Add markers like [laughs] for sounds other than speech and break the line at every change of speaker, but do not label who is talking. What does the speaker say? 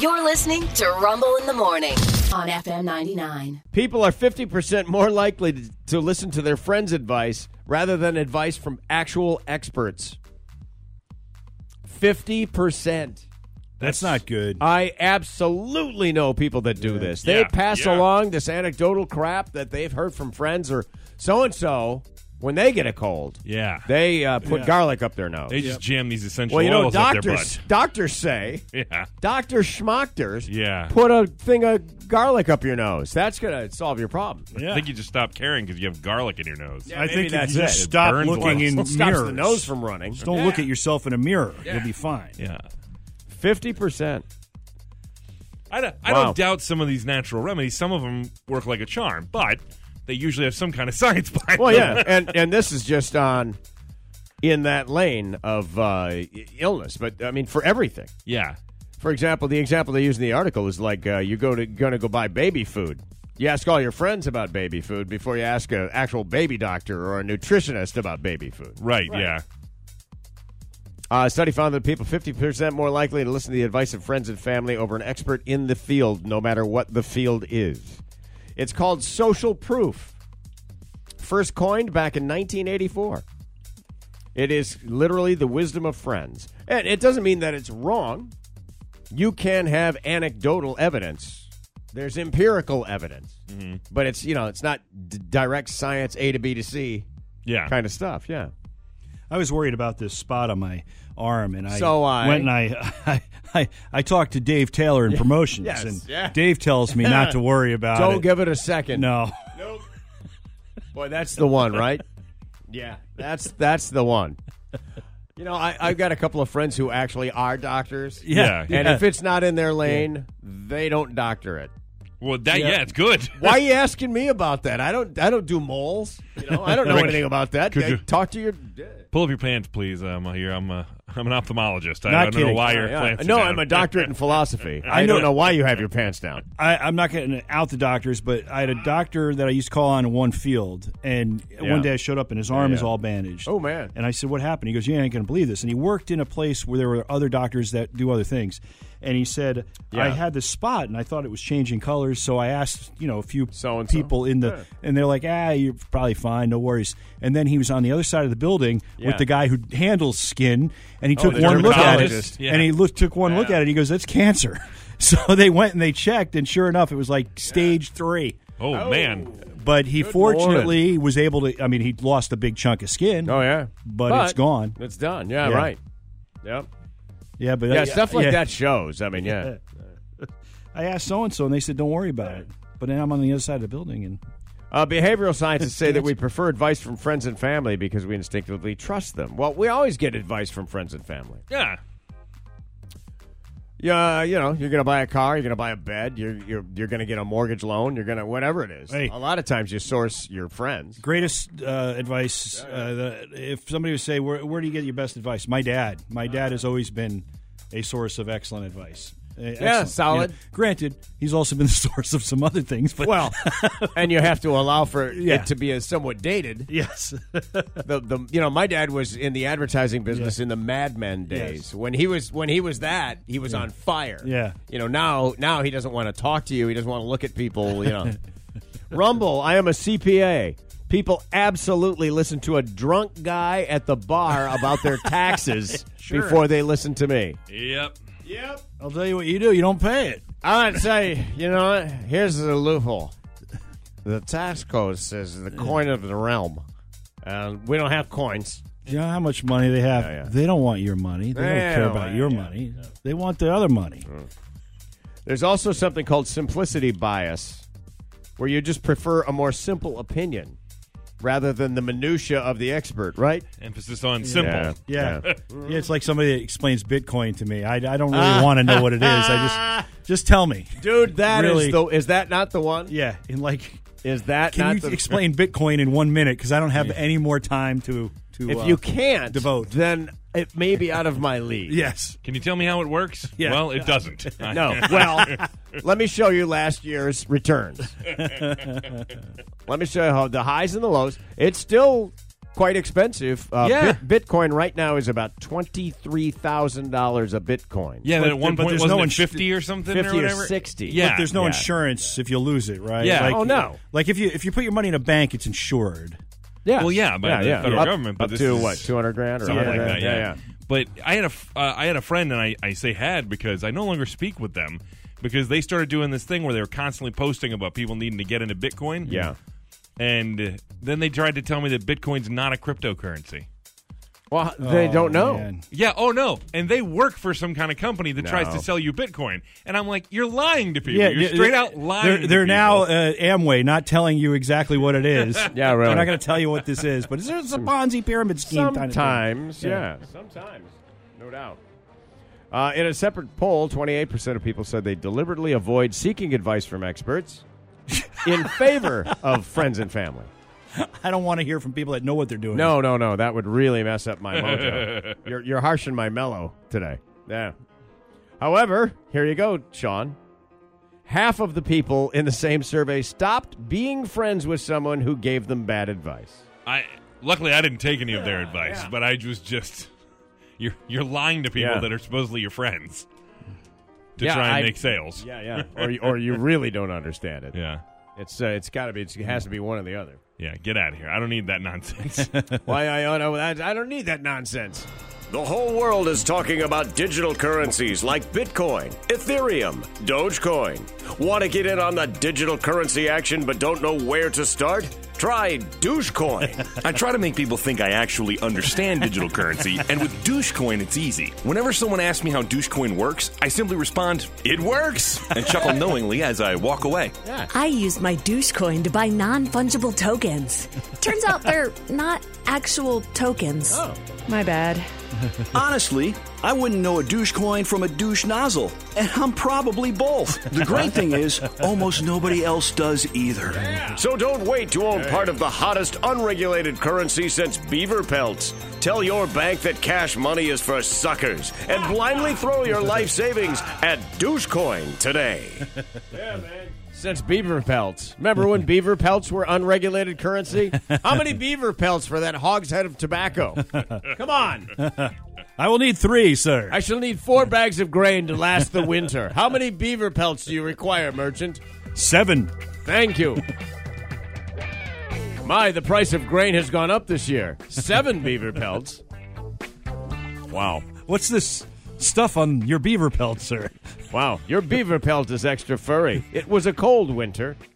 You're listening to Rumble in the Morning on FM 99.
People are 50% more likely to, to listen to their friends' advice rather than advice from actual experts. 50%.
That's not good.
I absolutely know people that do this. They
Yeah,
pass
yeah.
along this anecdotal crap that they've heard from friends or so and so when they get a cold.
Yeah.
They uh, put
Yeah.
garlic up their nose.
They just jam these essential
well, you know,
oils up their
doctors
butt.
doctors say
[laughs] Yeah.
Dr. Schmachters
Yeah.
put a thing of garlic up your nose. That's going to solve your problem.
I think you just stop caring because you have garlic in your nose.
I
maybe
think if
that's
you
it.
just
It
stop
burns a
looking
lot.
in
It
mirrors,
stops the nose from running.
Just don't look at yourself in a mirror. You'll be fine.
Yeah.
50%.
I don't, I
Wow.
don't doubt some of these natural remedies. Some of them work like a charm, but they usually have some kind of [laughs] science behind
Well,
them.
yeah. and, and this is just on in that lane of uh, i- illness, but I mean, for everything.
yeah.
For example, the example they use in the article is like uh, you go to going to go buy baby food. You ask all your friends about baby food before you ask an actual baby doctor or a nutritionist about baby food.
Right, yeah.
Uh, a study found that people 50% more likely to listen to the advice of friends and family over an expert in the field, no matter what the field is. It's called social proof. First coined back in 1984. It is literally the wisdom of friends. And it doesn't mean that it's wrong. You can have anecdotal evidence. There's empirical evidence.
Mm-hmm.
But it's, you know, it's not d- direct science A to B to C
Yeah.
kind of stuff. Yeah.
I was worried about this spot on my arm, and I,
So I-
went and I, [laughs] I, I, I talked to Dave Taylor in promotions,
yes,
and
yeah.
Dave tells me not to worry about
Don't
it.
give it a second.
no.
Boy, that's the one, right? [laughs] yeah, that's that's the one. [laughs] You know, I, I've got a couple of friends who actually are doctors.
Yeah.
And if it's not in their lane, they don't doctor it.
Well, that, yeah, it's good.
Why are you asking me about that? I don't. I don't do moles. You know, I don't know
Rick,
anything about that.
could
Yeah,
you-
Talk to your.
Pull up your pants, please. Um, here, I'm a, I'm an ophthalmologist. I
Not
don't know
kidding.
why
Oh,
your
Yeah.
plants. are
No,
down.
I'm a doctorate in philosophy. I,
know-
don't know why you have your pants down.
I, I'm not getting out the doctors, but I had a doctor that I used to call on in one field, and one day I showed up and his arm is
yeah.
all bandaged.
Oh, man.
And I said, "What happened?" He goes, "You ain't gonna believe this." And he worked in a place where there were other doctors that do other things, and he said, "I
Yeah.
had this spot, and I thought it was changing colors, so I asked, you know, a few
So-and-so.
people in the, and they're like, ah, you're probably fine, no worries." And then he was on the other side of the building
Yeah.
with the guy who handles skin, and he took
the
one look at it,
dermatologist.
Yeah.
and he looked took one look at it. He goes, "That's cancer." [laughs] So they went and they checked, and sure enough, it was like stage three.
[laughs] Oh, man,
But he fortunately was able to. I mean, he lost a big chunk of skin.
Oh yeah,
But it's gone.
It's done. Yeah,
Yeah.
right. Yep.
yeah, but
Yeah, stuff like
yeah.
that shows. I mean, yeah.
I asked so and so, and they said, "Don't worry about it." But then I'm on the other side of the building, and
Uh, behavioral scientists say that we prefer advice from friends and family because we instinctively trust them. Well, we always get advice from friends and family.
yeah,
Yeah, you know, you're going to buy a car, you're going to buy a bed, you're you're you're going to get a mortgage loan, you're going to whatever it is.
Hey.
A lot of times you source your friends.
greatest uh, advice. Uh, that if somebody would say, where, "Where do you get your best advice?" My dad.
Uh-huh.
My dad has always been a source of excellent advice. Uh, excellent.
solid.
You know, granted, he's also been the [laughs] source of some other things, but
Well, and you have to allow for
[laughs] Yeah.
it to be a somewhat dated.
[laughs] yes,
The, the you know, my dad was in the advertising business in the Mad Men
Yes.
days. When he was when he was that, he was on fire.
Yeah.
You know, now now he doesn't want to talk to you. He doesn't want to look at people, you
[laughs]
know. Rumble, I am a CPA. People absolutely listen to a drunk guy at the bar about
[laughs]
their taxes before they listen to me.
yep.
Yep.
I'll tell you what you do. You don't pay it.
I'd say, you know what? Here's the loophole. The tax code says the coin of the realm. And we don't have coins.
You know how much money they have.
yeah.
They don't want your money. They don't
Yeah,
care about
well,
your
yeah, Mm,
money. They want the other money.
There's also something called simplicity bias, where you just prefer a more simple opinion rather than the minutia of the expert, right?
Emphasis on simple.
Yeah. [laughs] yeah, It's like somebody that explains Bitcoin to me. I, I don't really want to know what it is. I [laughs] just just tell me.
Dude, that is
Really?
the is that not the one?
Yeah, and like,
Is that
can
not
you
the
explain Bitcoin in one minute? Because I don't have any more time to to.
[laughs] If
uh,
you can't
devote.
then it may be out of my league.
yes,
Can you tell me how it works?
Yeah.
Well, it doesn't.
[laughs] No.
[laughs]
Well, let me show you last year's returns. let me show you how the highs and the lows. It's still quite expensive. Uh,
Yeah.
Bit- Bitcoin right now is about twenty three thousand dollars a Bitcoin.
Yeah,
But
that at
there-
one
but
point
there's
wasn't
no
it
ins-
50 or something
50
or
or
whatever.
60.
Yeah,
But
There's no
yeah.
insurance if you lose it, right?
Yeah.
Like,
Oh, no.
Like if you if you put your money in a bank, it's insured.
Yeah.
Well, yeah, by the federal
Up-
government, but
up
this
to
is
what two hundred grand or
something
100
like that.
grand?
Yeah. But I had a f- uh, I had a friend, and I, I say had because I no longer speak with them because they started doing this thing where they were constantly posting about people needing to get into Bitcoin.
yeah. Yeah.
and uh, then they tried to tell me that Bitcoin's not a cryptocurrency.
Well, they don't know.
Man.
Yeah, oh no. And they work for some kind of company that tries to
No.
sell you Bitcoin. And I'm like, you're lying to people.
Yeah,
you're
yeah,
straight
yeah.
out lying.
They're,
to
they're now
people.
uh, Amway, not telling you exactly what it
[laughs]
is.
Yeah, really.
They're not going to tell you what this is, but it's, it's a Ponzi pyramid scheme. kind of thing.
Sometimes, yeah. Sometimes, no doubt. Uh, in a separate poll, 28% of people said they deliberately avoid seeking advice from experts in favor of friends and family.
I don't want to hear from people that know what they're doing.
No, no, no. That would really mess up my [laughs] mojo. you're, you're harsh and my mellow today. Yeah. However, here you go, Sean. Half of the people in the same survey stopped being friends with someone who gave them bad advice.
I luckily I didn't take any of their advice, but I was just [laughs] you're you're lying to people
Yeah.
that are supposedly your friends to
Yeah,
try and
I-
make sales.
Yeah, yeah. or, you- or you really don't understand it.
Yeah.
It's uh, it's got to be it's, it has to be one or the
[laughs]
other.
Yeah, get out of here. I don't need that nonsense.
Why I oh, no, I I don't need that nonsense.
The whole world is talking about digital currencies like Bitcoin, Ethereum, Dogecoin. Want to get in on the digital currency action but don't know where to start? Try
[laughs]
Dogecoin.
I try to make people think I actually understand digital currency, and with Douchecoin, it's easy. Whenever someone asks me how Douchecoin works, I simply respond, It works! and chuckle knowingly as I walk away.
I used my Dogecoin to buy non fungible tokens. Turns out they're not actual tokens.
My bad.
Honestly, I wouldn't know a douche coin from a douche nozzle, and I'm probably both. The great thing is, almost nobody else does either.
so don't wait to own part of the hottest unregulated currency since beaver pelts. Tell your bank that cash money is for suckers and blindly throw your life savings at Dogecoin today.
Since beaver pelts. Remember when beaver pelts were unregulated currency? How many beaver pelts for that hogshead of tobacco? Come on.
I will need three, sir.
I shall need four bags of grain to last the winter. How many beaver pelts do you require, merchant?
Seven.
Thank you. My, the price of grain has gone up this year. Seven beaver pelts. Wow.
What's this stuff on your beaver pelt, sir?
Wow, your beaver pelt is extra furry. It was a cold winter.